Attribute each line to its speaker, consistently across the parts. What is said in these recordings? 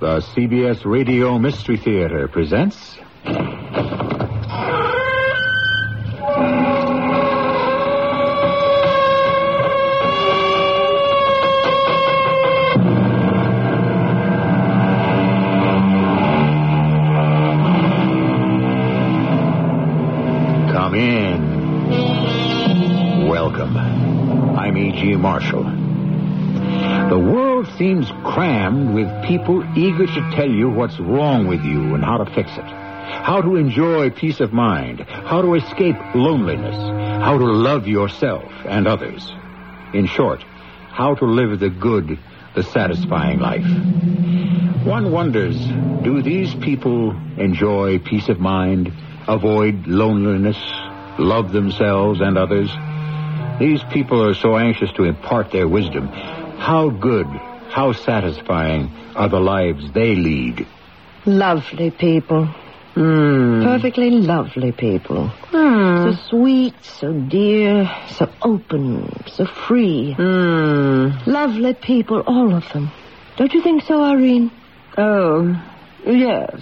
Speaker 1: The CBS Radio Mystery Theater presents. Come in. Welcome. I'm E.G. Marshall. The world seems crammed with people eager to tell you what's wrong with you and how to fix it. How to enjoy peace of mind. How to escape loneliness. How to love yourself and others. In short, how to live the good, the satisfying life. One wonders do these people enjoy peace of mind, avoid loneliness, love themselves and others? These people are so anxious to impart their wisdom. How good, how satisfying are the lives they lead.
Speaker 2: Lovely people. Hmm. Perfectly lovely people. So sweet, so dear, so open, so free. Hmm. Lovely people, all of them. Don't you think so, Irene? Oh, yes.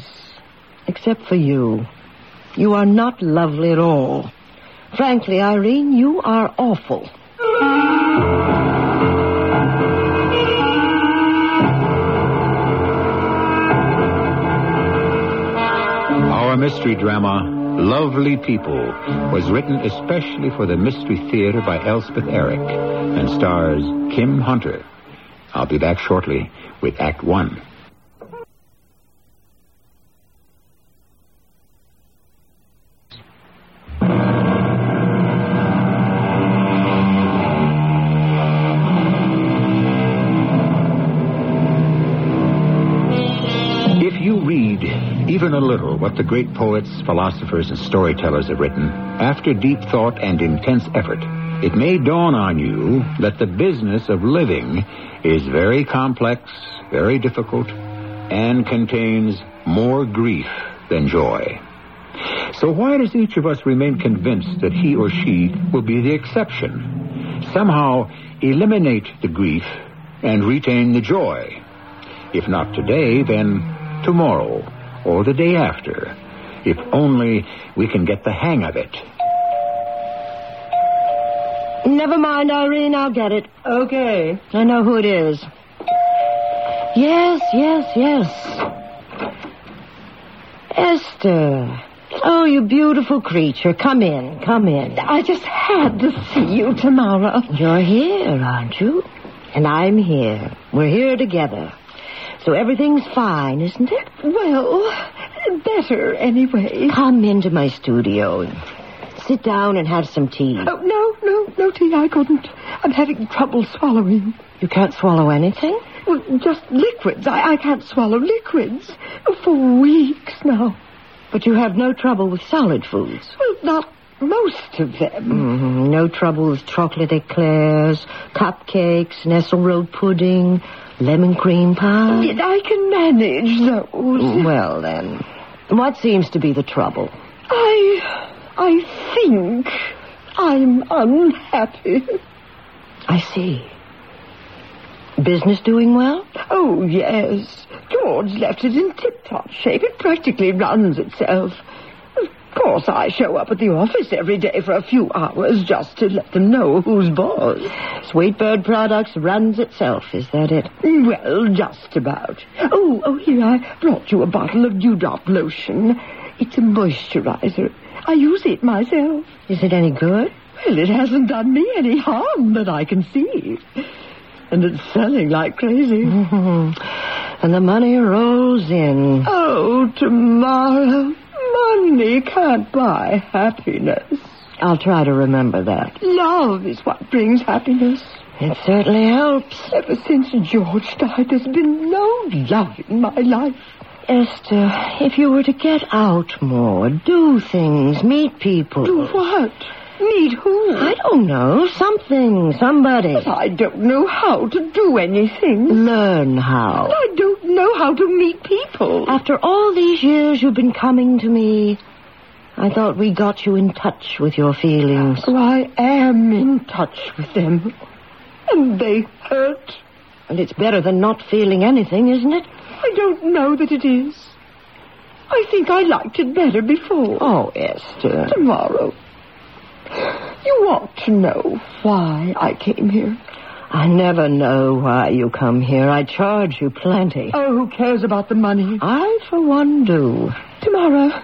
Speaker 2: Except for you. You are not lovely at all. Frankly, Irene, you are awful.
Speaker 1: Our mystery drama, Lovely People, was written especially for the Mystery Theater by Elspeth Eric and stars Kim Hunter. I'll be back shortly with Act One. If you read even a little what the great poets, philosophers, and storytellers have written, after deep thought and intense effort, it may dawn on you that the business of living is very complex, very difficult, and contains more grief than joy. So why does each of us remain convinced that he or she will be the exception? Somehow eliminate the grief and retain the joy. If not today, then tomorrow or the day after. If only we can get the hang of it.
Speaker 2: Never mind, Irene, I'll get it. Okay. I know who it is. Yes, yes, yes. Esther. Oh, you beautiful creature. Come in, come in. I just had to see you, Tamara. You're here, aren't you? And I'm here. We're here together. So everything's fine, isn't it? Well, better anyway. Come into my studio. Sit down and have some tea.
Speaker 3: Oh, no, no, no tea, I couldn't. I'm having trouble swallowing.
Speaker 2: You can't swallow anything?
Speaker 3: Well, just liquids. I, I can't swallow liquids for weeks now.
Speaker 2: But you have no trouble with solid foods.
Speaker 3: Well, not most of them.
Speaker 2: Mhm, No trouble with chocolate eclairs, cupcakes, nesselrode pudding, lemon cream pie. Mm,
Speaker 3: Yet I can manage those.
Speaker 2: Well, then, what seems to be the trouble?
Speaker 3: I, I think I'm unhappy.
Speaker 2: I see. Business doing well?
Speaker 3: Oh, yes. George left it in tip-top shape. It practically runs itself. Of course, I show up at the office every day for a few hours just to let them know who's boss.
Speaker 2: Sweetbird Products runs itself, is that it?
Speaker 3: Well, just about. Oh, oh, here, I brought you a bottle of dewdrop lotion. It's a moisturizer. I use it myself.
Speaker 2: Is it any good?
Speaker 3: Well, it hasn't done me any harm that I can see. And it's selling like crazy.
Speaker 2: Mm-hmm. and the money rolls in.
Speaker 3: Oh, tomorrow, money can't buy happiness.
Speaker 2: I'll try to remember that.
Speaker 3: Love is what brings happiness.
Speaker 2: It certainly helps.
Speaker 3: Ever since George died, there's been no love in my life.
Speaker 2: Esther, if you were to get out more, do things, meet people.
Speaker 3: Do what? Meet who?
Speaker 2: uh, I don't know. Something, somebody.
Speaker 3: I don't know how to do anything.
Speaker 2: Learn how.
Speaker 3: I don't know how to meet people.
Speaker 2: After all these years you've been coming to me, I thought we got you in touch with your feelings.
Speaker 3: So I am in touch with them. And they hurt.
Speaker 2: And it's better than not feeling anything, isn't it?
Speaker 3: I don't know that it is. I think I liked it better before.
Speaker 2: Oh, Esther.
Speaker 3: Tomorrow. You want to know why I came here?
Speaker 2: I never know why you come here. I charge you plenty.
Speaker 3: Oh, who cares about the money?
Speaker 2: I, for one, do.
Speaker 3: Tomorrow,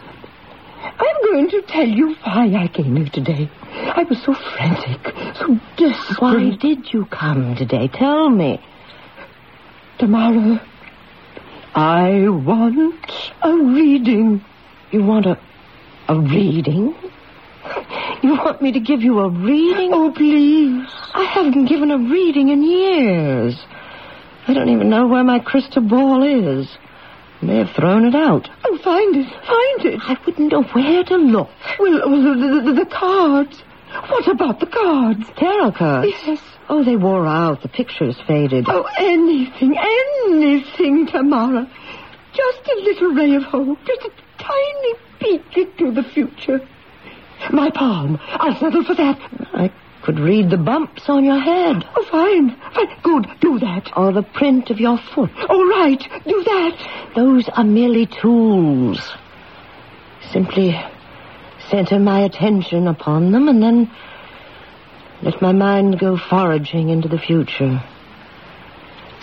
Speaker 3: I'm going to tell you why I came here today. I was so frantic, so desperate.
Speaker 2: Why did you come today? Tell me.
Speaker 3: Tomorrow, I want a reading.
Speaker 2: You want a, a reading? You want me to give you a reading?
Speaker 3: Oh, please.
Speaker 2: I haven't given a reading in years. I don't even know where my crystal ball is. May have thrown it out.
Speaker 3: Oh, find it. Find it.
Speaker 2: I wouldn't know where to look.
Speaker 3: Well, oh, the, the, the, the cards. What about the cards?
Speaker 2: Tarot cards.
Speaker 3: Yes.
Speaker 2: Oh, they wore out. The pictures faded.
Speaker 3: Oh, anything, anything, Tamara. Just a little ray of hope. Just a tiny peek into the future. My palm. I'll settle for that.
Speaker 2: I could read the bumps on your head.
Speaker 3: Oh, fine. Fine. Good. Do that.
Speaker 2: Or the print of your foot.
Speaker 3: All right. Do that.
Speaker 2: Those are merely tools. Simply center my attention upon them and then let my mind go foraging into the future.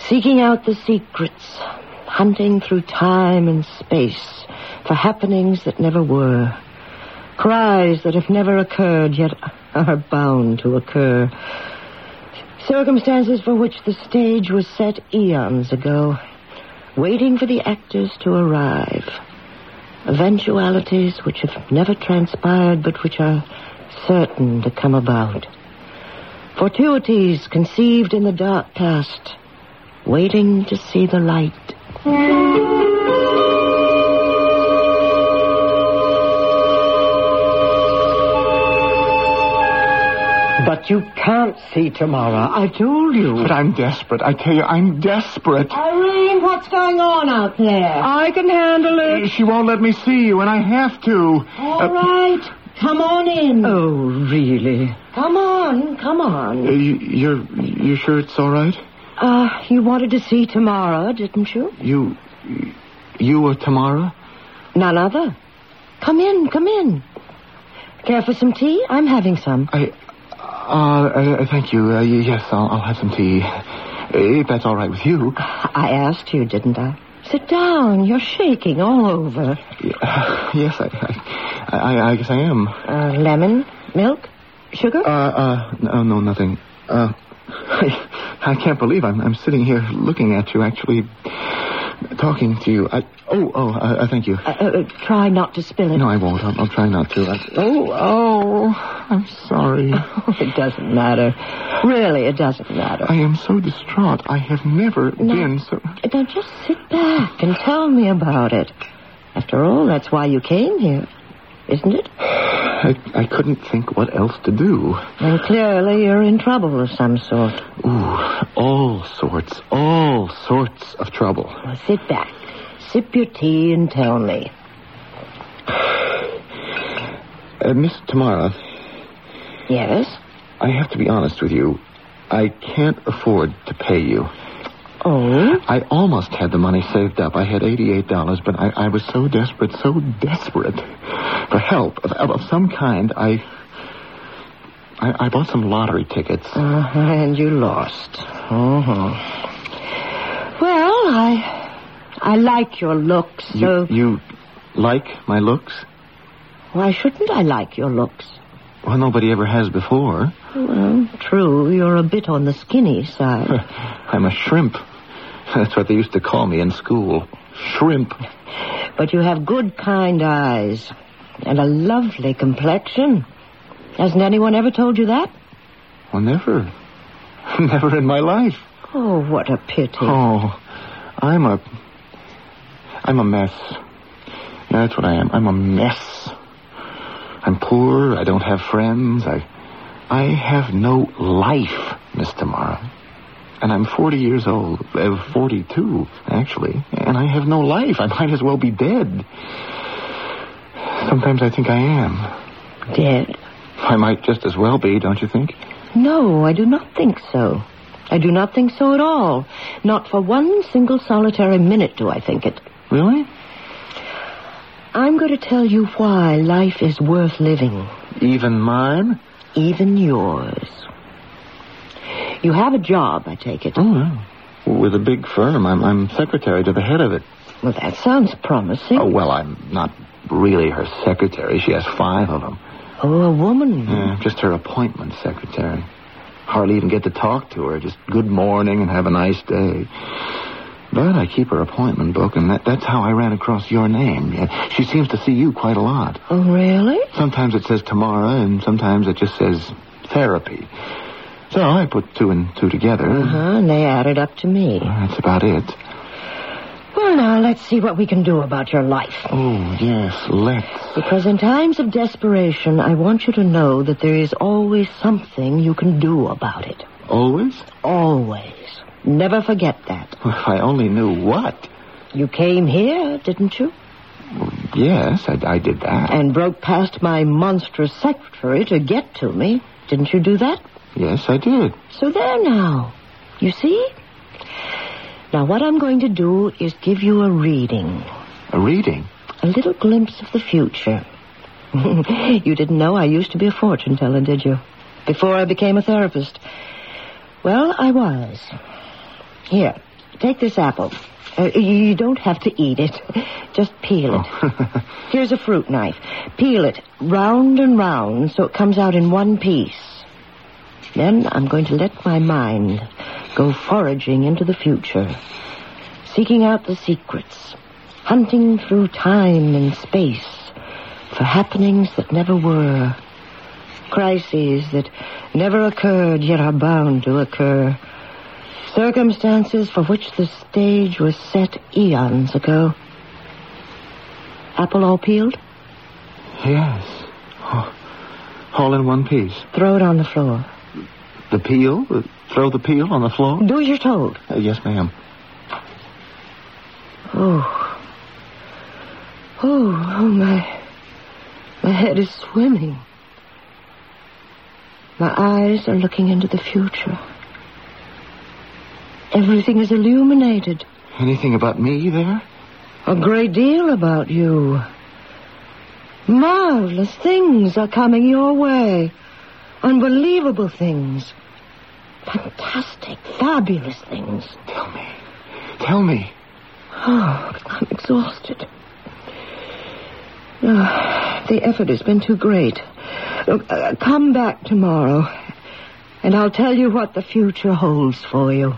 Speaker 2: Seeking out the secrets. Hunting through time and space for happenings that never were cries that have never occurred yet are bound to occur. Circumstances for which the stage was set eons ago, waiting for the actors to arrive. Eventualities which have never transpired but which are certain to come about. Fortuities conceived in the dark past, waiting to see the light.
Speaker 4: But you can't see tomorrow. I told you.
Speaker 5: But I'm desperate. I tell you, I'm desperate.
Speaker 2: Irene, what's going on out there?
Speaker 3: I can handle it.
Speaker 5: Uh, she won't let me see you, and I have to.
Speaker 2: All uh, right. Come on in.
Speaker 4: Oh, really?
Speaker 2: Come on. Come on.
Speaker 5: Uh, you, are you sure it's all right?
Speaker 2: Uh, you wanted to see Tamara, didn't you?
Speaker 5: You, you were Tamara?
Speaker 2: None other. Come in. Come in. Care for some tea? I'm having some.
Speaker 5: I, uh, uh, thank you. Uh, yes, I'll, I'll, have some tea. Uh, If that's all right with you.
Speaker 2: I asked you, didn't I? Sit down. You're shaking all over.
Speaker 5: Yeah, yes, I, I, I, I, guess I am.
Speaker 2: Uh, lemon? Milk? Sugar?
Speaker 5: Uh, no, no, nothing. I, I can't believe I'm, I'm sitting here looking at you, actually talking to you. I, oh, oh, uh, thank you. Uh,
Speaker 2: uh, try not to spill it.
Speaker 5: No, I won't. I'll, I'll try not to. I, oh, oh, I'm sorry.
Speaker 2: Oh, it doesn't matter. Really, it doesn't matter.
Speaker 5: I am so distraught. I have never
Speaker 2: now,
Speaker 5: been so.
Speaker 2: Now, just sit back and tell me about it. After all, that's why you came here, isn't it?
Speaker 5: I, I couldn't think what else to do.
Speaker 2: Then clearly you're in trouble of some sort.
Speaker 5: Ooh, all sorts, all sorts of trouble.
Speaker 2: Well, sit back, sip your tea, and tell me.
Speaker 5: Uh, Miss Tamara.
Speaker 2: Yes?
Speaker 5: I have to be honest with you. I can't afford to pay you.
Speaker 2: Oh?
Speaker 5: I almost had the money saved up. I had $88, but I, I was so desperate, so desperate for help of, of some kind, I, I, I. bought some lottery tickets.
Speaker 2: Uh, and you lost. Uh-huh. Well, I. I like your looks, so.
Speaker 5: You, you like my looks?
Speaker 2: Why shouldn't I like your looks?
Speaker 5: Well, nobody ever has before.
Speaker 2: Well, true. You're a bit on the skinny side.
Speaker 5: I'm a shrimp. That's what they used to call me in school. Shrimp.
Speaker 2: But you have good, kind eyes and a lovely complexion. Hasn't anyone ever told you that?
Speaker 5: Well, never. never in my life.
Speaker 2: Oh, what a pity.
Speaker 5: Oh, I'm a. I'm a mess. That's what I am. I'm a mess. I'm poor. I don't have friends. I, I have no life, Miss Tamara. And I'm 40 years old, uh, 42 actually, and I have no life. I might as well be dead. Sometimes I think I am.
Speaker 2: Dead?
Speaker 5: I might just as well be, don't you think?
Speaker 2: No, I do not think so. I do not think so at all. Not for one single solitary minute do I think it.
Speaker 5: Really?
Speaker 2: I'm going to tell you why life is worth living,
Speaker 5: Even mine?
Speaker 2: even yours. You have a job, I take it.
Speaker 5: Oh, yeah. With a big firm. I'm, I'm secretary to the head of it.
Speaker 2: Well, that sounds promising.
Speaker 5: Oh, well, I'm not really her secretary. She has five of them.
Speaker 2: Oh, a woman.
Speaker 5: Yeah, just her appointment secretary. Hardly even get to talk to her. Just good morning and have a nice day. But I keep her appointment book, and that, that's how I ran across your name. Yeah, She seems to see you quite a lot.
Speaker 2: Oh, really?
Speaker 5: Sometimes it says Tamara, and sometimes it just says therapy. So I put two and two together.
Speaker 2: Huh, and they added up to me.
Speaker 5: That's about it.
Speaker 2: Well, now, let's see what we can do about your life.
Speaker 5: Oh, yes, let's.
Speaker 2: Because in times of desperation, I want you to know that there is always something you can do about it.
Speaker 5: Always?
Speaker 2: Always. Never forget that.
Speaker 5: Well, If I only knew what.
Speaker 2: You came here, didn't you?
Speaker 5: Yes, I, I did that.
Speaker 2: And broke past my monstrous secretary to get to me. Didn't you do that?
Speaker 5: Yes, I did.
Speaker 2: So there now. You see? Now, what I'm going to do is give you a reading,
Speaker 5: A reading.
Speaker 2: a little glimpse of the future. you didn't know I used to be a fortune teller, did you? Before I became a therapist. Well, I was. Here, take this apple. Uh, you don't have to eat it. Just peel it. Here's a fruit knife. Peel it round and round so it comes out in one piece. Then I'm going to let my mind go foraging into the future, seeking out the secrets, hunting through time and space for happenings that never were, crises that never occurred yet are bound to occur, circumstances for which the stage was set eons ago. Apple all peeled?
Speaker 5: Yes. Oh, all in one piece.
Speaker 2: Throw it on the floor.
Speaker 5: The peel? Uh, Throw the peel on the floor?
Speaker 2: Do as you're told.
Speaker 5: Uh, yes, ma'am.
Speaker 2: Oh. Oh, oh, my. My head is swimming. My eyes are looking into the future. Everything is illuminated.
Speaker 5: Anything about me there?
Speaker 2: A great deal about you. Marvelous things are coming your way. Unbelievable things. Fantastic, fabulous things.
Speaker 5: Tell me. Tell me.
Speaker 2: Oh, I'm exhausted. Ah, the effort has been too great. Look, uh, come back tomorrow, and I'll tell you what the future holds for you.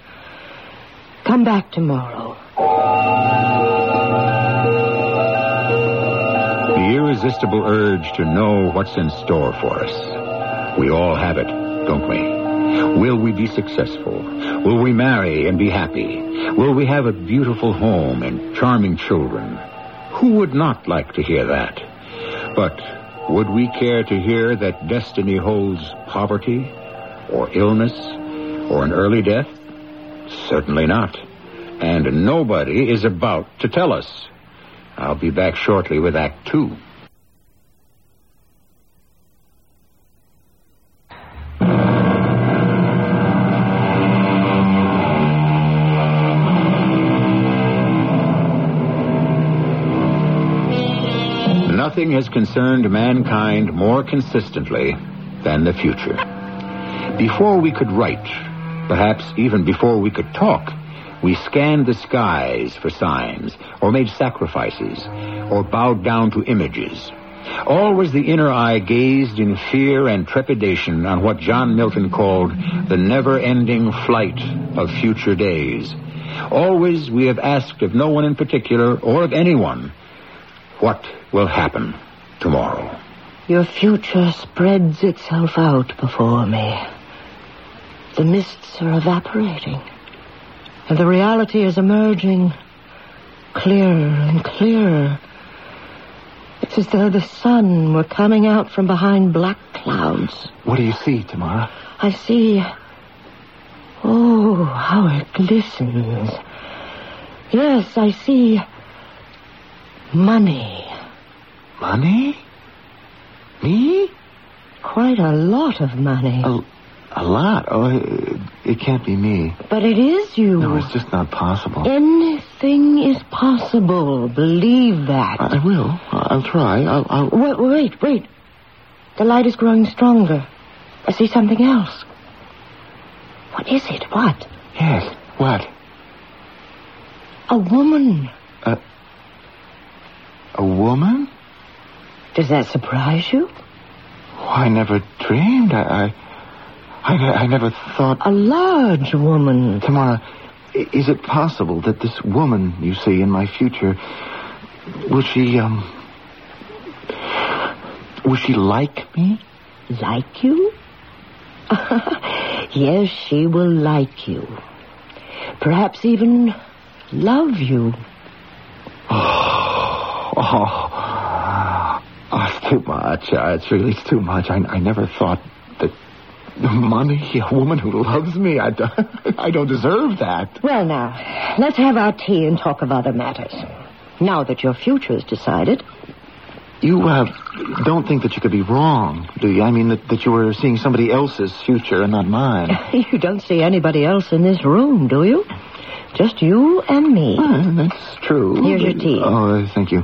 Speaker 2: Come back tomorrow.
Speaker 1: The irresistible urge to know what's in store for us. We all have it, don't we? Will we be successful? Will we marry and be happy? Will we have a beautiful home and charming children? Who would not like to hear that? But would we care to hear that destiny holds poverty or illness or an early death? Certainly not. And nobody is about to tell us. I'll be back shortly with Act Two. Nothing has concerned mankind more consistently than the future. Before we could write, perhaps even before we could talk, we scanned the skies for signs, or made sacrifices, or bowed down to images. Always the inner eye gazed in fear and trepidation on what John Milton called the never ending flight of future days. Always we have asked of no one in particular, or of anyone, what will happen tomorrow.
Speaker 2: Your future spreads itself out before me. The mists are evaporating, and the reality is emerging clearer and clearer. It's as though the sun were coming out from behind black clouds.
Speaker 5: What do you see, Tamara?
Speaker 2: I see. Oh, how it glistens. Yes, I see. Money.
Speaker 5: Money? Me? Oh.
Speaker 2: Quite a lot of money.
Speaker 5: A, A lot. Oh, it, it can't be me.
Speaker 2: But it is you.
Speaker 5: No, it's just not possible.
Speaker 2: Anything is possible. Believe that.
Speaker 5: I, I will. I'll try. I'll. I'll...
Speaker 2: Wait, wait, wait. The light is growing stronger. I see something else. What is it? What?
Speaker 5: Yes. What?
Speaker 2: A woman.
Speaker 5: A woman?
Speaker 2: Does that surprise you?
Speaker 5: Oh, I never dreamed. I, I, I, ne- I never thought.
Speaker 2: A large woman.
Speaker 5: Tamara, i- is it possible that this woman you see in my future, will she, um, will she like me?
Speaker 2: Like you? yes, she will like you. Perhaps even love you.
Speaker 5: Oh, oh it's too much. Uh, it's really it's too much. I, I never thought that money, a woman who loves me, I, d- I don't deserve that.
Speaker 2: Well, now, let's have our tea and talk of other matters. Now that your future is decided,
Speaker 5: You uh, don't think that you could be wrong, do you? I mean, that, that you were seeing somebody else's future and not mine.
Speaker 2: you don't see anybody else in this room, do you? Just you and me.
Speaker 5: Uh, that's true.
Speaker 2: Here's your tea.
Speaker 5: Oh, uh, thank you.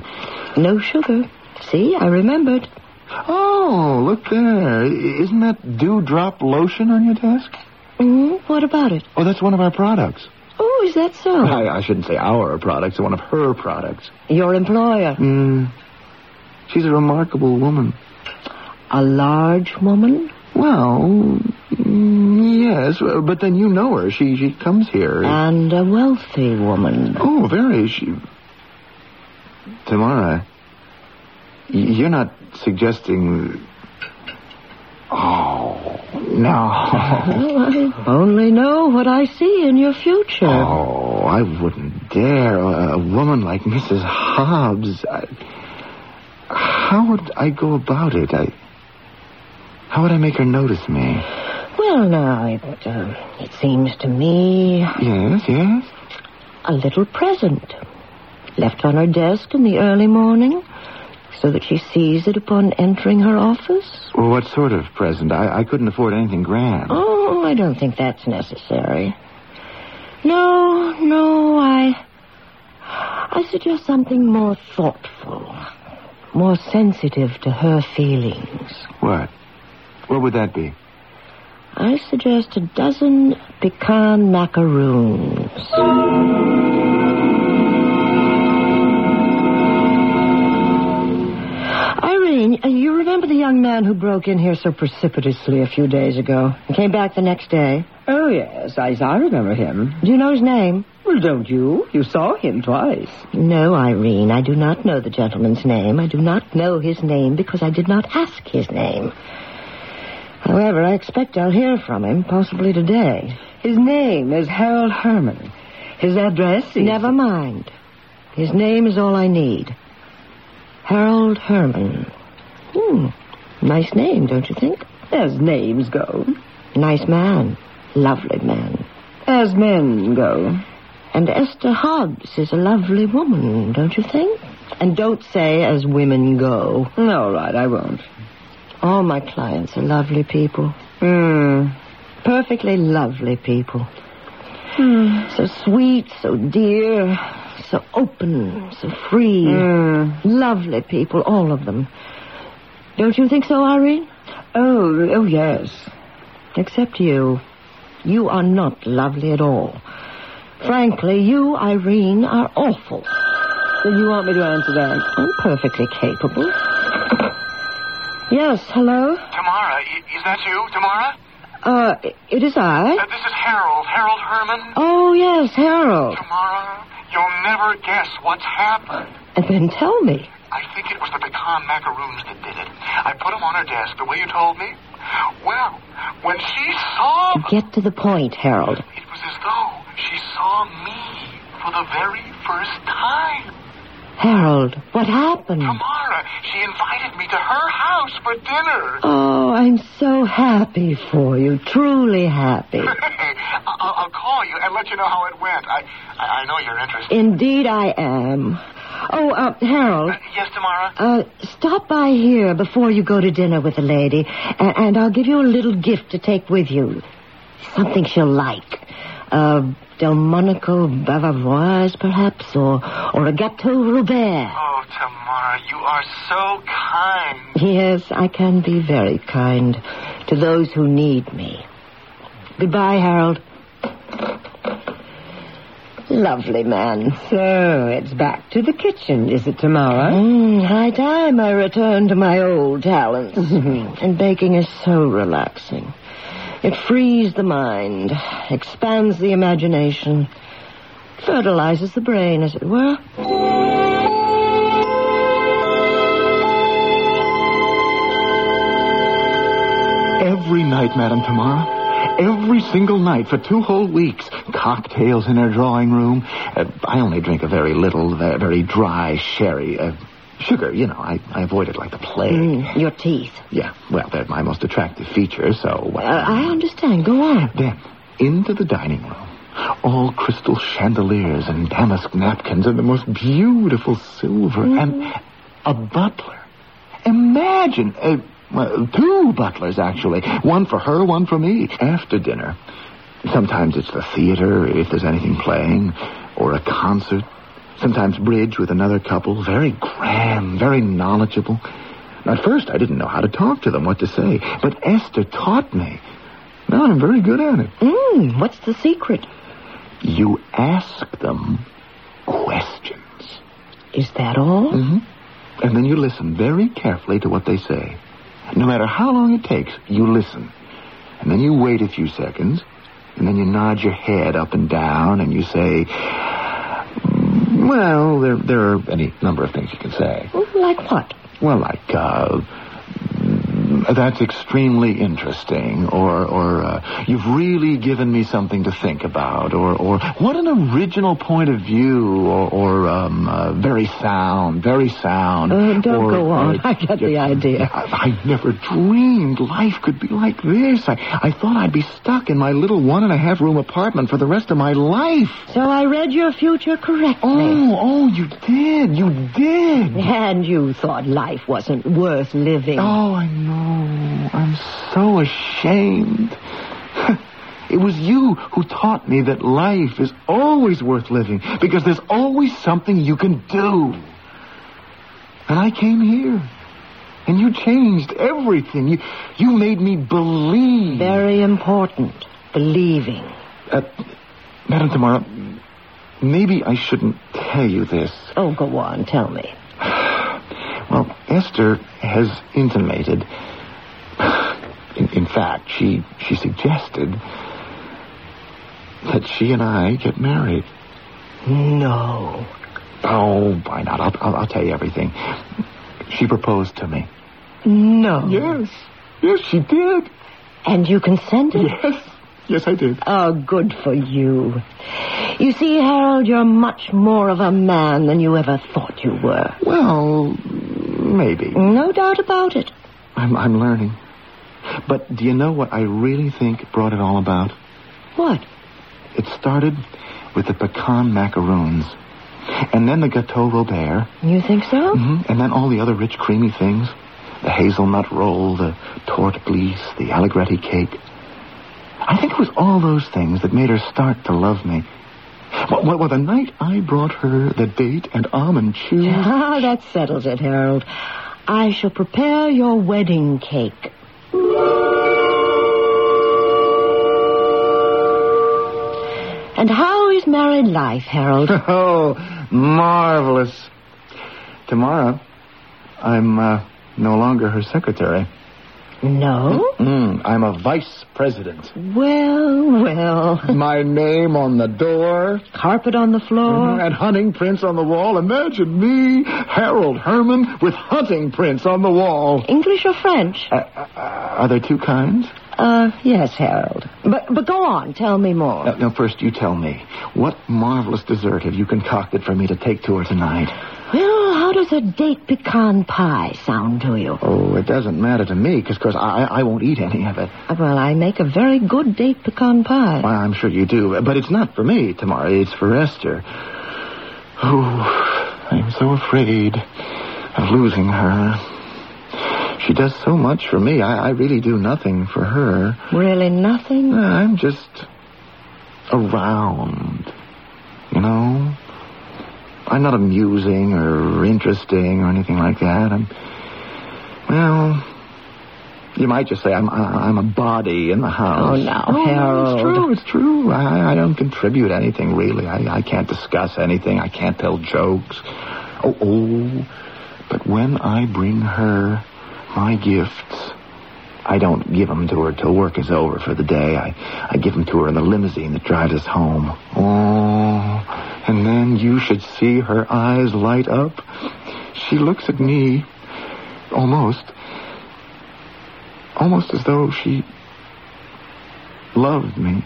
Speaker 2: No sugar. See, I remembered.
Speaker 5: Oh, look there. I- Isn't that dewdrop lotion on your desk?
Speaker 2: Mm, what about it?
Speaker 5: Oh, that's one of our products.
Speaker 2: Oh, is that so?
Speaker 5: I, I shouldn't say our products, one of her products.
Speaker 2: Your employer,
Speaker 5: Mm. She's a remarkable woman.
Speaker 2: a large woman?
Speaker 5: Well, mm, yes, uh, but then you know her. She she comes here.
Speaker 2: And a wealthy woman.
Speaker 5: oh, very. She. Tamara, y- you're not suggesting. Oh no!
Speaker 2: Well, I only know what I see in your future.
Speaker 5: oh, I wouldn't dare. A a woman like Mrs. Hobbs. I, how would I go about it? I. How would I make her notice me?
Speaker 2: Well, now, it, uh, it seems to me
Speaker 5: Yes, yes.
Speaker 2: a little present. Left on her desk in the early morning so that she sees it upon entering her office.
Speaker 5: Well, what sort of present? I, I couldn't afford anything grand.
Speaker 2: Oh, I don't think that's necessary. No, no, I. I suggest something more thoughtful, more sensitive to her feelings.
Speaker 5: What? What would that be?
Speaker 2: I suggest a dozen pecan macaroons. Irene, uh, you remember the young man who broke in here so precipitously a few days ago and came back the next day?
Speaker 4: Oh, yes, I, I remember him.
Speaker 2: Do you know his name?
Speaker 4: Well, don't you? You saw him twice.
Speaker 2: No, Irene, I do not know the gentleman's name. I do not know his name because I did not ask his name. However, I expect I'll hear from him, possibly today.
Speaker 4: His name is Harold Herman. His address is...
Speaker 2: Never mind. His name is all I need. Harold Herman. Hmm. Nice name, don't you think?
Speaker 4: As names go,
Speaker 2: Nice man. Lovely man.
Speaker 4: as men go.
Speaker 2: And Esther Hobbs is a lovely woman, don't you think? And don't say as women go.
Speaker 4: All right, I won't.
Speaker 2: All my clients are lovely people.
Speaker 4: Hmm.
Speaker 2: Perfectly lovely people.
Speaker 4: Hmm.
Speaker 2: So sweet, so dear, so open, so free.
Speaker 4: Hmm.
Speaker 2: Lovely people, all of them. Don't you think so, Irene?
Speaker 4: Oh, oh, yes.
Speaker 2: Except you. You are not lovely at all. Frankly, you, Irene, are awful.
Speaker 4: Then you want me to answer that?
Speaker 2: I'm perfectly capable. Yes, hello?
Speaker 6: Tamara, i- is that you, Tamara?
Speaker 2: Uh, it is I.
Speaker 6: Uh, this is Harold, Harold Herman.
Speaker 2: Oh, yes, Harold.
Speaker 6: Tamara, you'll never guess what's happened.
Speaker 2: And then tell me.
Speaker 6: I think it was the pecan macaroons that did it. I put them on her desk the way you told me. Well, when she saw
Speaker 2: Get to the point, Harold.
Speaker 6: it was as though she saw me for the very first time.
Speaker 2: Harold, what happened?
Speaker 6: Tamara, she invited me to her house for dinner.
Speaker 2: Oh, I'm so happy for you. Truly happy.
Speaker 6: I- I'll, I'll call you and let you know how it went. I, I I know you're interested.
Speaker 2: Indeed, I am. Oh, uh, Harold,
Speaker 6: Yes, Tamara?
Speaker 2: uh, stop by here before you go to dinner with the lady, and, and I'll give you a little gift to take with you. Something she'll like. Uh, A Delmonico Bavaroise, perhaps, or, or a Gateau Robert.
Speaker 6: Oh, Tamara, you are so kind.
Speaker 2: Yes, I can be very kind to those who need me. Goodbye, Harold. Lovely man.
Speaker 4: So it's back to the kitchen, is it, Tamara?
Speaker 2: Mm, high time I returned to my old talents. and baking is so relaxing. It frees the mind, expands the imagination, fertilizes the brain, as it were.
Speaker 5: Every night, Madam Tamara. Every single night for two whole weeks. Cocktails in her drawing room. Uh, I only drink a very little, ve- very dry sherry. Uh, sugar, you know, I, I avoid it like the plague.
Speaker 2: Mm, your teeth.
Speaker 5: Yeah, well, they're my most attractive feature, so.
Speaker 2: Uh, I understand. Go on.
Speaker 5: Then, into the dining room. All crystal chandeliers and damask napkins and the most beautiful silver and a butler. Imagine, uh, well, two butlers actually. One for her, one for me. After dinner, sometimes it's the theater if there's anything playing, or a concert. Sometimes bridge with another couple. Very grand, very knowledgeable. At first, I didn't know how to talk to them, what to say, but Esther taught me. Now I'm very good at it.
Speaker 4: Hmm,
Speaker 2: Mm, what's the secret?
Speaker 5: You ask them questions.
Speaker 2: Is that all?
Speaker 5: And then you listen very carefully to what they say. No matter how long it takes, you listen. And then you wait a few seconds. And then you nod your head up and down and you say, "Mm, well, there, there are any number of things you can say.
Speaker 2: Like what?
Speaker 5: Well, like, uh, "Mm, that's extremely interesting, or, or, uh, you've really given me something to think about, or, or, what an original point of view, or, or, um, uh, very sound, very sound.
Speaker 2: Uh, don't
Speaker 5: or-
Speaker 2: go on.
Speaker 5: or-
Speaker 2: I got the idea.
Speaker 5: I, I never dreamed life could be like this. I, I thought I'd be stuck in my little one and a half room apartment for the rest of my life.
Speaker 2: So I read your future correctly.
Speaker 5: Oh, oh, you did, you did.
Speaker 2: And you thought life wasn't worth living.
Speaker 5: Oh, I know. I'm so ashamed. It was you who taught me that life is always worth living because there's always something you can do. And I came here. And you changed everything. You, you made me believe.
Speaker 2: Very important. Believing.
Speaker 5: Uh, Madam Tamara, maybe I shouldn't tell you this.
Speaker 2: Oh, go on, tell me.
Speaker 5: Well, Esther has intimated. In, in fact, she she suggested that she and I get married.
Speaker 2: No.
Speaker 5: Oh, why not? I'll, I'll, I'll tell you everything. She proposed to me.
Speaker 2: No.
Speaker 5: Yes, yes, she did.
Speaker 2: And you consented?
Speaker 5: Yes, yes, I did.
Speaker 2: Oh, good for you. You see, Harold, you're much more of a man than you ever thought you were.
Speaker 5: Well, maybe.
Speaker 2: No doubt about it.
Speaker 5: I'm I'm learning. But do you know what I really think brought it all about?
Speaker 2: What?
Speaker 5: It started with the pecan macaroons, and then the Gateau Robert,
Speaker 2: You think so?
Speaker 5: hmm and then all the other rich, creamy things the hazelnut roll, the torte glisse, the Allegretti cake. I think it was all those things that made her start to love me. Well, well, well, the night I brought her the date and almond chew.
Speaker 2: Ah, that settles it, Harold. I shall prepare your wedding cake. And how is married life, Harold?
Speaker 5: Oh, marvelous. Tomorrow, I'm uh, no longer her secretary.
Speaker 2: no?
Speaker 5: Mm, I'm a vice president.
Speaker 2: Well, well.
Speaker 5: My name on the door.
Speaker 2: Carpet on the floor.
Speaker 5: And hunting prints on the wall. Imagine me, Harold Herman, with hunting prints on the wall.
Speaker 2: English or French?
Speaker 5: Uh, are there two kinds?
Speaker 2: Uh, yes, Harold. Uh, But but go on, tell me more.
Speaker 5: Now, now, first you tell me, what marvelous dessert have you concocted for me to take to her tonight?
Speaker 2: Well, how does a date pecan pie sound to you?
Speaker 5: Oh, it doesn't matter to me, because, I, I won't eat any of it.
Speaker 2: Well, I make a very good date pecan pie.
Speaker 5: Well, I'm sure you do, but it's not for me, Tamara. It's for Esther. Oh, I'm so afraid of losing her. She does so much for me. I, I really do nothing for her.
Speaker 2: Really nothing?
Speaker 5: I'm just around. You know? I'm not amusing or interesting or anything like that. I'm, well, you might just say I'm I'm a body in the house.
Speaker 2: Oh, now, Harold.
Speaker 5: It's true. It's true. I, I don't contribute anything really. I, I can't discuss anything. I can't tell jokes. Oh, oh. But when I bring her my gifts, I don't give them to her till work is over for the day. I, I give them to her in the limousine that drives us home. Oh, and then you should see her eyes light up. She looks at me, almost, almost as though she loved me.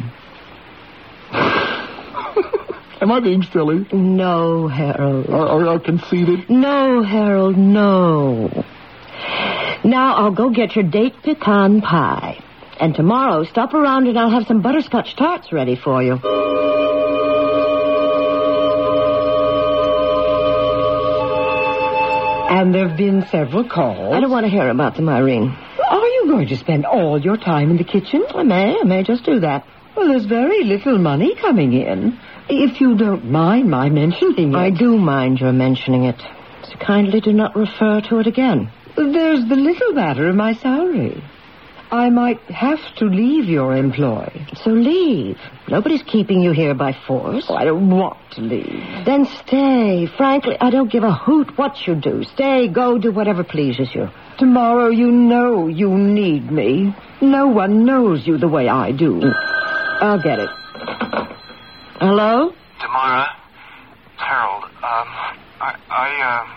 Speaker 5: Am I being silly?
Speaker 2: No, Harold.
Speaker 5: Or, or, or conceited?
Speaker 2: No, Harold, no. Now I'll go get your date pecan pie. And tomorrow, stop around and I'll have some butterscotch tarts ready for you.
Speaker 4: And there have been several calls.
Speaker 2: I don't want to hear about them, Irene.
Speaker 4: Are you going to spend all your time in the kitchen?
Speaker 2: I may, I may just do that.
Speaker 4: Well, there's very little money coming in. If you don't mind my mentioning it.
Speaker 2: I do mind your mentioning it. So kindly do not refer to it again.
Speaker 4: There's the little matter of my salary. I might have to leave your employ.
Speaker 2: So leave. Nobody's keeping you here by force.
Speaker 4: Oh, I don't want to leave.
Speaker 2: Then stay. Frankly, I don't give a hoot what you do. Stay, go, do whatever pleases you.
Speaker 4: Tomorrow you know you need me. No one knows you the way I do.
Speaker 2: I'll get it. Hello?
Speaker 6: Tamara, Harold, um, I, I, um,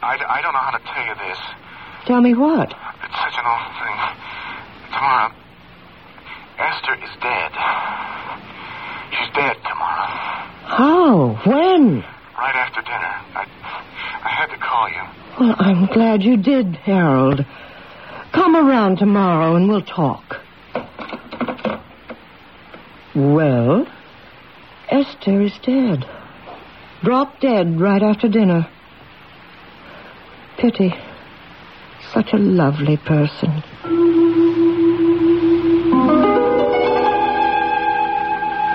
Speaker 6: I, I don't know how to tell you this.
Speaker 2: Tell me what?
Speaker 6: It's such an awful thing. Tomorrow, Esther is dead. She's dead tomorrow.
Speaker 2: How? When?
Speaker 6: Right after dinner. I, I had to call you.
Speaker 2: Well, I'm glad you did, Harold. Come around tomorrow and we'll talk.
Speaker 4: Well,
Speaker 2: Esther is dead. Dropped dead right after dinner. Pity. Such a lovely person.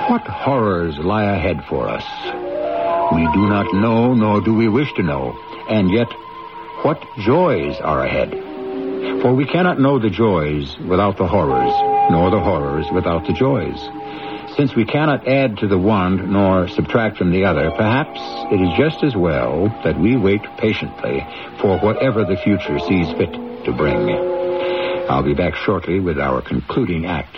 Speaker 1: What horrors lie ahead for us? We do not know, nor do we wish to know. And yet, what joys are ahead? For we cannot know the joys without the horrors, nor the horrors without the joys. Since we cannot add to the one nor subtract from the other, perhaps it is just as well that we wait patiently for whatever the future sees fit to bring. I'll be back shortly with our concluding act.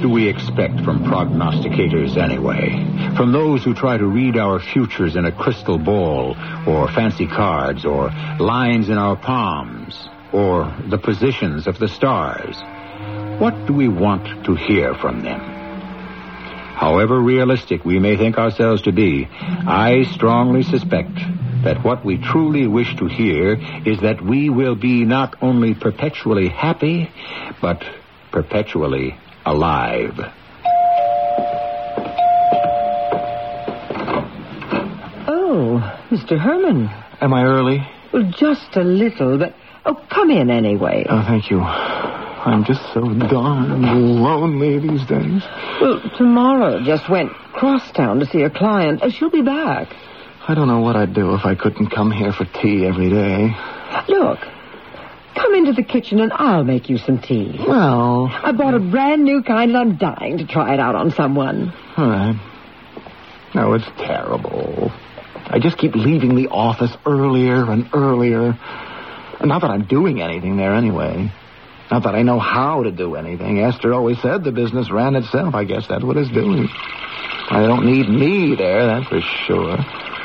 Speaker 1: do we expect from prognosticators anyway? From those who try to read our futures in a crystal ball, or fancy cards, or lines in our palms, or the positions of the stars? What do we want to hear from them? However realistic we may think ourselves to be, I strongly suspect that what we truly wish to hear is that we will be not only perpetually happy, but perpetually alive.
Speaker 4: Oh, Mr. Herman.
Speaker 5: Am I early?
Speaker 4: Well, just a little, but. Oh, come in anyway.
Speaker 5: Oh, thank you. I'm just so darn lonely these days.
Speaker 4: Well, tomorrow just went cross town to see a client. Uh, She'll be back.
Speaker 5: I don't know what I'd do if I couldn't come here for tea every day.
Speaker 4: Look, come into the kitchen and I'll make you some tea.
Speaker 5: Well,
Speaker 4: I bought a brand new kind and I'm dying to try it out on someone.
Speaker 5: all right. No, it's terrible. I just keep leaving the office earlier and earlier. Not that I'm doing anything there anyway. Not that I know how to do anything. Esther always said the business ran itself. I guess that's what it's doing. I don't need me there, that's for sure.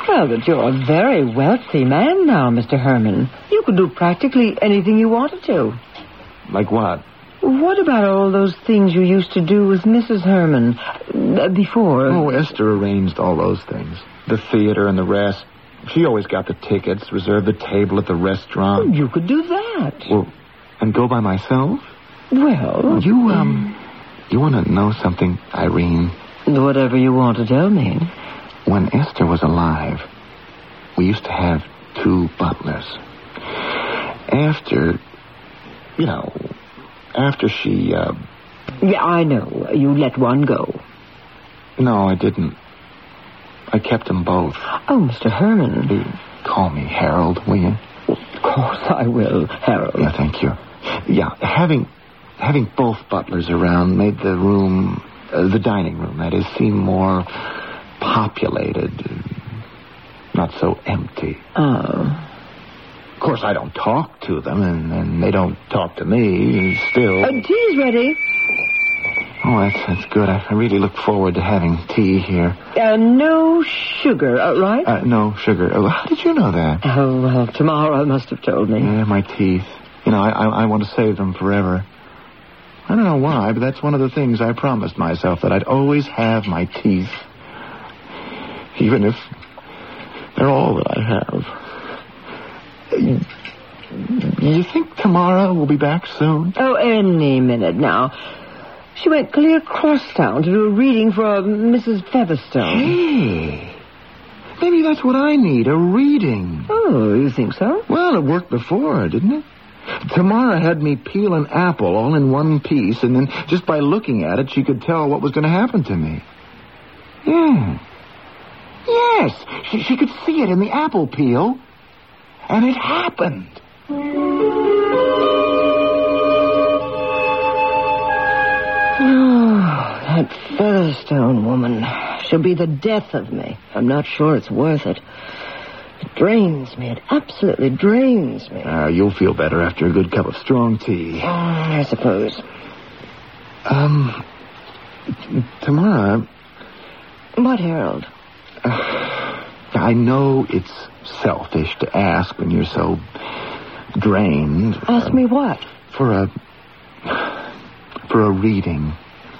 Speaker 4: Well, but you're a very wealthy man now, Mr. Herman. You could do practically anything you wanted to.
Speaker 5: Like what?
Speaker 4: What about all those things you used to do with Mrs. Herman uh, before?
Speaker 5: Oh, Esther arranged all those things. The theater and the rest. She always got the tickets, reserved the table at the restaurant.
Speaker 4: You could do that.
Speaker 5: Well, and go by myself?
Speaker 4: Well,
Speaker 5: You, um, you want to know something, Irene?
Speaker 4: whatever you want to tell me.
Speaker 5: When Esther was alive, we used to have two butlers. After, you know, after she, uh,
Speaker 4: Yeah, I know. You let one go.
Speaker 5: no, I didn't. I kept them both.
Speaker 4: Oh, Mr. Herman.
Speaker 5: You Call me Harold, will you?
Speaker 4: Of course I will, Harold.
Speaker 5: Yeah, thank you. Yeah, having having both butlers around made the room, uh, the dining room, that is, seem more populated, not so empty.
Speaker 4: Oh.
Speaker 5: Of course, I don't talk to them, and, and they don't talk to me. Still,
Speaker 2: Uh, tea's ready.
Speaker 5: oh, that's that's good. I, I really look forward to having tea here.
Speaker 4: Uh, no sugar, uh, right?
Speaker 5: Uh, no sugar. Oh, how did you know that?
Speaker 4: oh, well, tomorrow must have told me.
Speaker 5: Yeah, my teeth. You know, I, I, I want to save them forever. I don't know why, but that's one of the things I promised myself that I'd always have my teeth. Even if they're all that I have. You think Tamara will be back soon?
Speaker 4: Oh, any minute now. She went clear across town to do a reading for uh, Mrs. Featherstone.
Speaker 5: Hey, maybe that's what I need a reading.
Speaker 4: Oh, you think so?
Speaker 5: Well, it worked before, didn't it? Tamara had me peel an apple all in one piece, and then just by looking at it, she could tell what was going to happen to me. Yeah. Yes, she, she could see it in the apple peel, and it happened.
Speaker 2: Oh, That Featherstone woman. She'll be the death of me. I'm not sure it's worth it. It drains me. It absolutely drains me.
Speaker 5: Uh, you'll feel better after a good cup of strong tea.
Speaker 2: Mm, I suppose.
Speaker 5: Um, Tamara,
Speaker 2: What, Harold?
Speaker 5: I know it's selfish to ask when you're so drained.
Speaker 2: Ask me what?
Speaker 5: for a for a reading.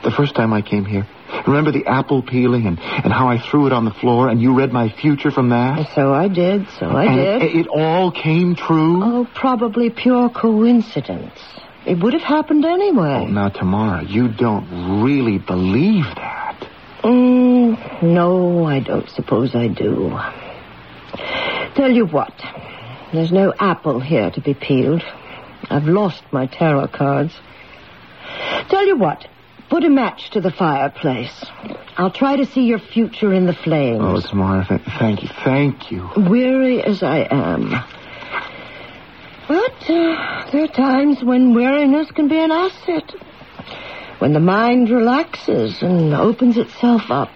Speaker 5: The first time I came here, remember the apple peeling and, and how I threw it on the floor and you read my future from that?
Speaker 2: So I did. So I
Speaker 5: and
Speaker 2: did.
Speaker 5: It, it all came true.
Speaker 2: Oh, probably pure coincidence. It would have happened anyway.
Speaker 5: Now, Tamara, you don't really believe that.
Speaker 2: Mm, no, I don't suppose I do. Tell you what, there's no apple here to be peeled. I've lost my tarot cards. Tell you what, put a match to the fireplace. I'll try to see your future in the flames.
Speaker 5: Oh, Tamara, th- thank you, thank you.
Speaker 2: Weary as I am. But uh, there are times when weariness can be an asset. When the mind relaxes and opens itself up.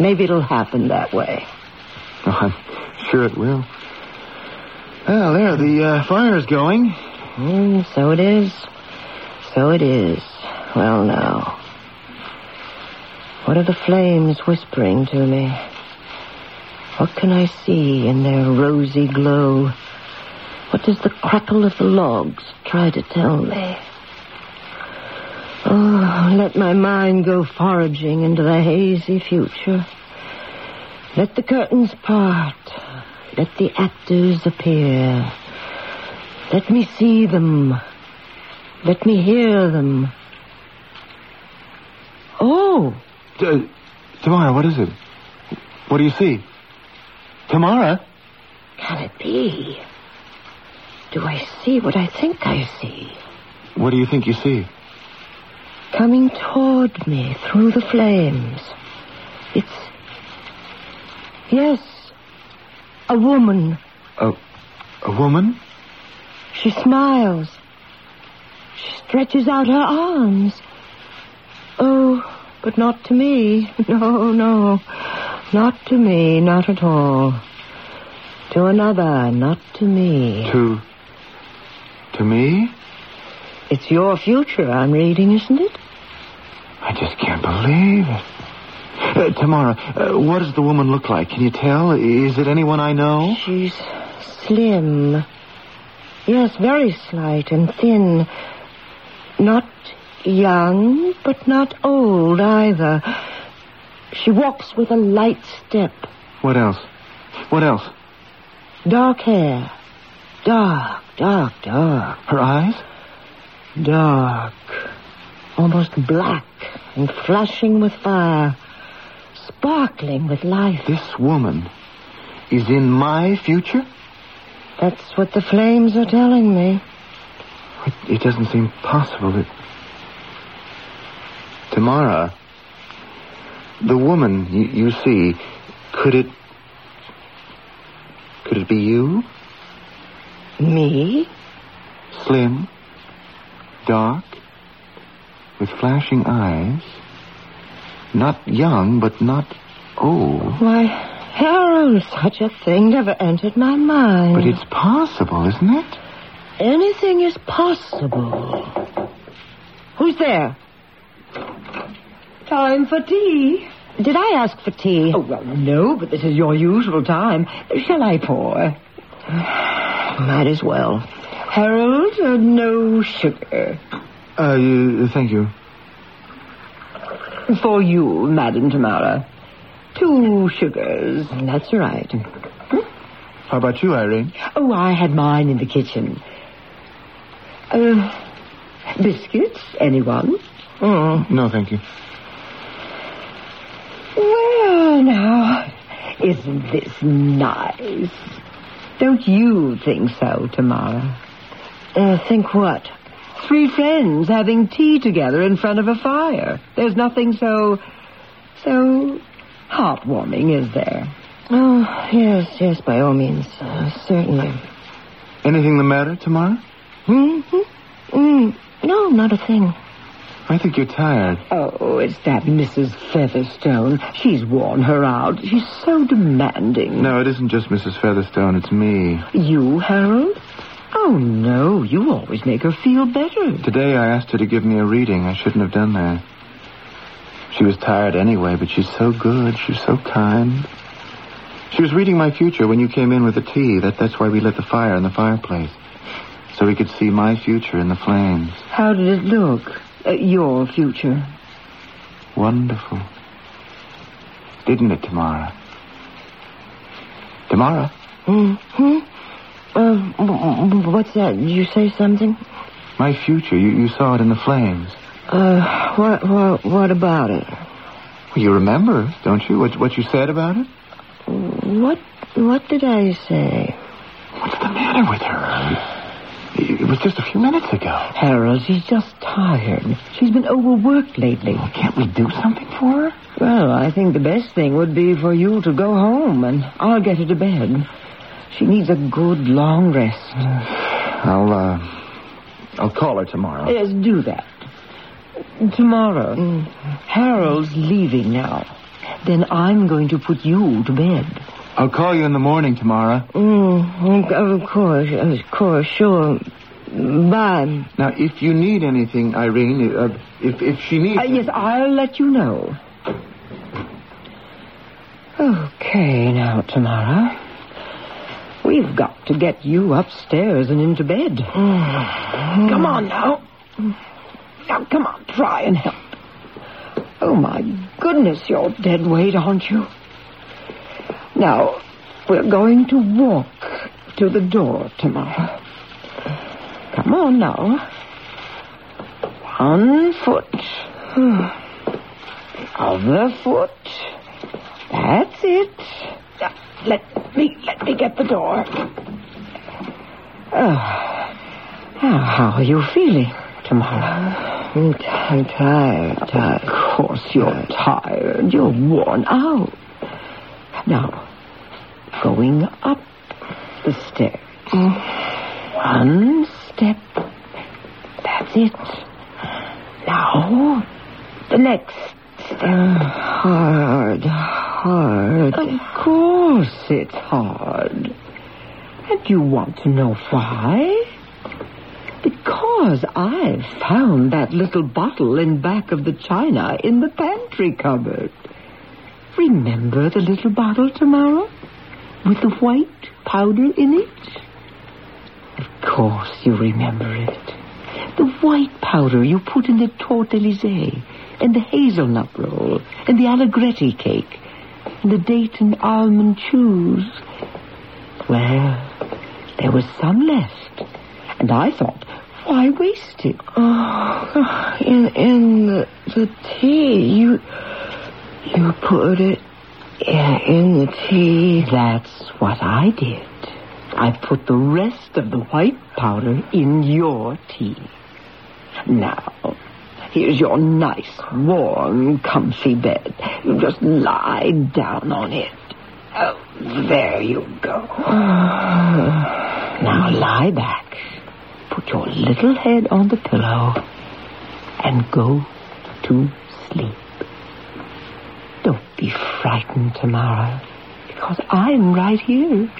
Speaker 2: Maybe it'll happen that way.
Speaker 5: Oh, I'm sure it will. Well, there, the uh, fire's going.
Speaker 2: Mm, so it is. So it is. Well, now. What are the flames whispering to me? What can I see in their rosy glow? What does the crackle of the logs try to tell me? Oh, let my mind go foraging into the hazy future. Let the curtains part. Let the actors appear. Let me see them. Let me hear them. Oh,
Speaker 5: T- uh, Tamara, what is it? What do you see? Tamara?
Speaker 2: can it be? Do I see what I think I see?
Speaker 5: What do you think you see?
Speaker 2: Coming toward me through the flames. It's. Yes, a woman.
Speaker 5: A, a woman?
Speaker 2: She smiles. She stretches out her arms. Oh, but not to me. No, no. Not to me, not at all. To another, not to me.
Speaker 5: To. to me?
Speaker 2: It's your future I'm reading, isn't it?
Speaker 5: I just can't believe it. Uh, Tamara, uh, what does the woman look like? Can you tell? Is it anyone I know?
Speaker 2: She's slim. Yes, very slight and thin. Not young, but not old either. She walks with a light step.
Speaker 5: What else? What else?
Speaker 2: Dark hair. Dark, dark, dark,
Speaker 5: Her eyes?
Speaker 2: dark. Almost black and flashing with fire. Sparkling with life.
Speaker 5: This woman is in my future?
Speaker 2: That's what the flames are telling me.
Speaker 5: It, it doesn't seem possible. It... Tamara, the woman you, you see, could it. Could it be you?
Speaker 2: Me?
Speaker 5: Slim, dark, with flashing eyes. Not young, but not old.
Speaker 2: Why, Harold, such a thing never entered my mind.
Speaker 5: But it's possible, isn't it?
Speaker 2: Anything is possible. Who's there?
Speaker 3: Time for tea.
Speaker 2: Did I ask for tea?
Speaker 3: Oh, well, no, but this is your usual time. Shall I pour?
Speaker 2: might as well.
Speaker 3: Harold, uh, no sugar.
Speaker 5: Uh, you- thank you.
Speaker 3: For you, Madame Tamara. Two sugars.
Speaker 2: That's right.
Speaker 5: How about you, Irene?
Speaker 3: Oh, I had mine in the kitchen. Uh, biscuits, anyone?
Speaker 5: No, thank you.
Speaker 3: Well, now, isn't this nice? Don't you think so, Tamara?
Speaker 2: Uh, think what?
Speaker 3: Three friends having tea together in front of a fire. There's nothing so, so heartwarming, is there?
Speaker 2: Oh, yes, yes, by all means. Uh, certainly.
Speaker 5: Anything the matter, Tamara?
Speaker 2: hmm
Speaker 3: Mm-hmm.
Speaker 2: Mm, no, not a thing.
Speaker 5: I think you're tired.
Speaker 3: Oh, it's that Mrs. Featherstone. She's worn her out. She's so demanding.
Speaker 5: No, it isn't just Mrs. Featherstone, it's me.
Speaker 3: You, Harold? Oh, no. You always make her feel better.
Speaker 5: Today I asked her to give me a reading. I shouldn't have done that. She was tired anyway, but she's so good. She's so kind. She was reading my future when you came in with the tea. That, that's why we lit the fire in the fireplace. So we could see my future in the flames.
Speaker 3: How did it look? Uh, your future.
Speaker 5: Wonderful. Didn't it, Tamara? Tamara?
Speaker 2: hmm Uh, w- w- what's that? Did you say something?
Speaker 5: My future. You, you saw it in the flames.
Speaker 2: Uh, what, what, what about it?
Speaker 5: You remember, don't you, what, what you said about it?
Speaker 2: What, what did I say?
Speaker 5: What's the matter with her? It it was just a few minutes ago.
Speaker 3: Harold, she's just tired. She's been overworked lately.
Speaker 2: Oh,
Speaker 5: Can't we do something for her?
Speaker 3: Well, I think the best thing would be for you to go home, and I'll get her to bed. She needs a good long rest.
Speaker 5: I'll, uh, I'll call her tomorrow.
Speaker 3: Yes, do that. Tomorrow. Harold's leaving now. Then I'm going to put you to bed.
Speaker 5: I'll call you in the morning, Tamara.
Speaker 2: Mm, of of course, of course, sure. Bye.
Speaker 5: Now, if you need anything, Irene, uh, if, if she needs...
Speaker 3: Uh, yes, I'll let you know. Okay, now, Tamara. We've got to get you upstairs and into bed. Come on now. Now, come on, try and help. Oh, my goodness, you're dead weight, aren't you? Now, we're going to walk to the door tomorrow. Come on now. One foot. Other foot. That's it. Now, Let me let me get the door. Oh. Ah. Now, how are you feeling tomorrow?
Speaker 2: I'm, t- I'm tired, tired.
Speaker 3: Of course you're tired. You're worn out. Now, going up the stairs. One step. That's it. Now, the next step.
Speaker 2: Hard, hard.
Speaker 3: Of course it's hard. And you want to know why? Because I found that little bottle in back of the china in the pantry cupboard. Remember the little bottle, Tamara? With the white powder in it? Of course you remember it. The white powder you put in the torte d'Elysée and the hazelnut roll and the allegretti cake.
Speaker 2: the date and almond chews. Well, there was some left. And I thought, why waste it?
Speaker 3: Oh, in in the, the tea you you put it in, in the tea.
Speaker 2: That's what I did. I put the rest of the white powder in your tea. Now, here's your nice, warm, comfy bed. You just lie down on it. Oh, there you go. now lie back. Put your little head on the pillow and go to sleep. Don't be frightened, Tamara, because I'm right here,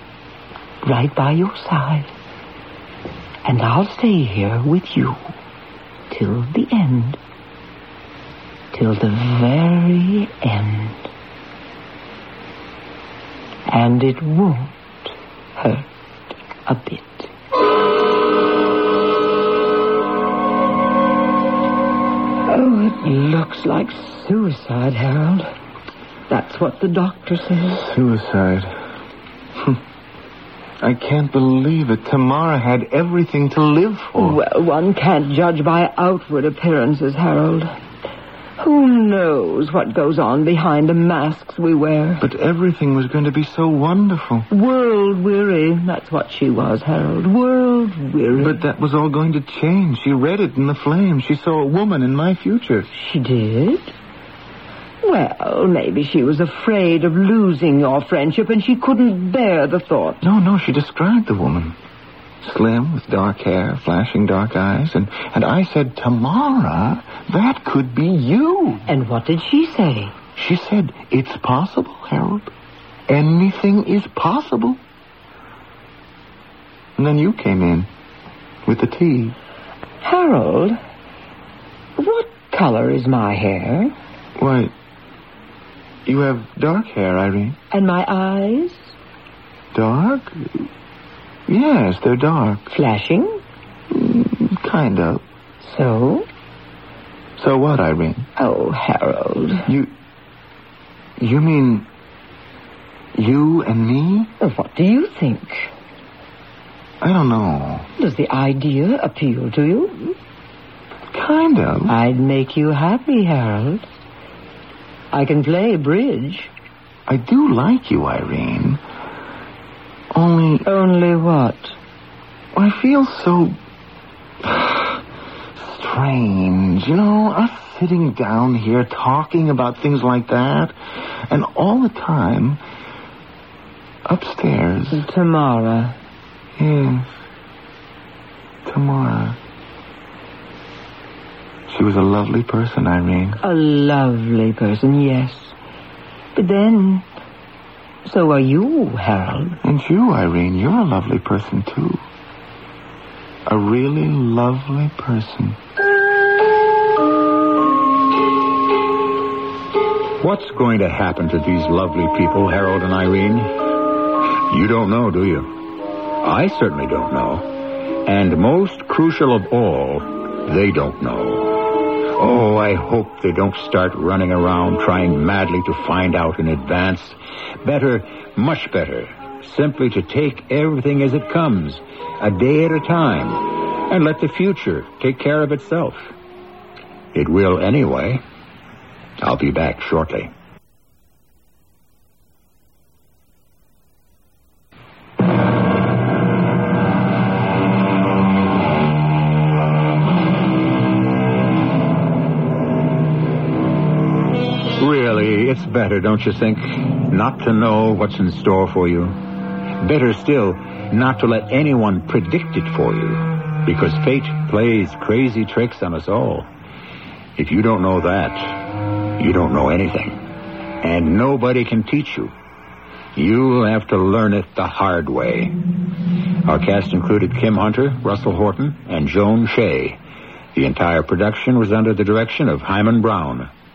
Speaker 2: right by your side. And I'll stay here with you till the end. Till the very end. And it won't hurt a bit. Oh, it looks like suicide, Harold. That's what the doctor says.
Speaker 5: Suicide. Hmm. I can't believe it. Tamara had everything to live for.
Speaker 2: Well, one can't judge by outward appearances, Harold. Who knows what goes on behind the masks we wear?
Speaker 5: But everything was going to be so wonderful.
Speaker 2: World weary, that's what she was, Harold. World weary.
Speaker 5: But that was all going to change. She read it in the flames. She saw a woman in my future.
Speaker 2: She did? Well, maybe she was afraid of losing your friendship and she couldn't bear the thought.
Speaker 5: No, no, she described the woman. Slim, with dark hair, flashing dark eyes, and, and I said, Tamara, that could be you.
Speaker 2: And what did she say?
Speaker 5: She said, It's possible, Harold. Anything is possible. And then you came in with the tea.
Speaker 2: Harold, what color is my hair?
Speaker 5: Why, you have dark hair, Irene.
Speaker 2: And my eyes?
Speaker 5: Dark? Yes, they're dark.
Speaker 2: Flashing?
Speaker 5: Kind of.
Speaker 2: So?
Speaker 5: So what, Irene?
Speaker 2: Oh, Harold.
Speaker 5: You. You mean. You and me?
Speaker 2: Well, What do you think?
Speaker 5: I don't know.
Speaker 2: Does the idea appeal to you?
Speaker 5: Kind of.
Speaker 2: I'd make you happy, Harold. I can play bridge.
Speaker 5: I do like you, Irene. Only
Speaker 2: Only what?
Speaker 5: I feel so strange. You know, us sitting down here talking about things like that, and all the time upstairs.
Speaker 2: Tamara.
Speaker 5: Yes. Tamara. She was a lovely person, Irene.
Speaker 2: A lovely person, yes. But then, so are you, Harold.
Speaker 5: And you, Irene, you're a lovely person, too. A really lovely person.
Speaker 1: What's going to happen to these lovely people, Harold and Irene? You don't know, do you? I certainly don't know. And most crucial of all, they don't know. Oh, I hope they don't start running around trying madly to find out in advance. Better, much better, simply to take everything as it comes, a day at a time, and let the future take care of itself. It will anyway. I'll be back shortly. Really, it's better, don't you think? Not to know what's in store for you. Better still, not to let anyone predict it for you, because fate plays crazy tricks on us all. If you don't know that, you don't know anything. And nobody can teach you. You'll have to learn it the hard way. Our cast included Kim Hunter, Russell Horton, and Joan Shea. The entire production was under the direction of Hyman Brown.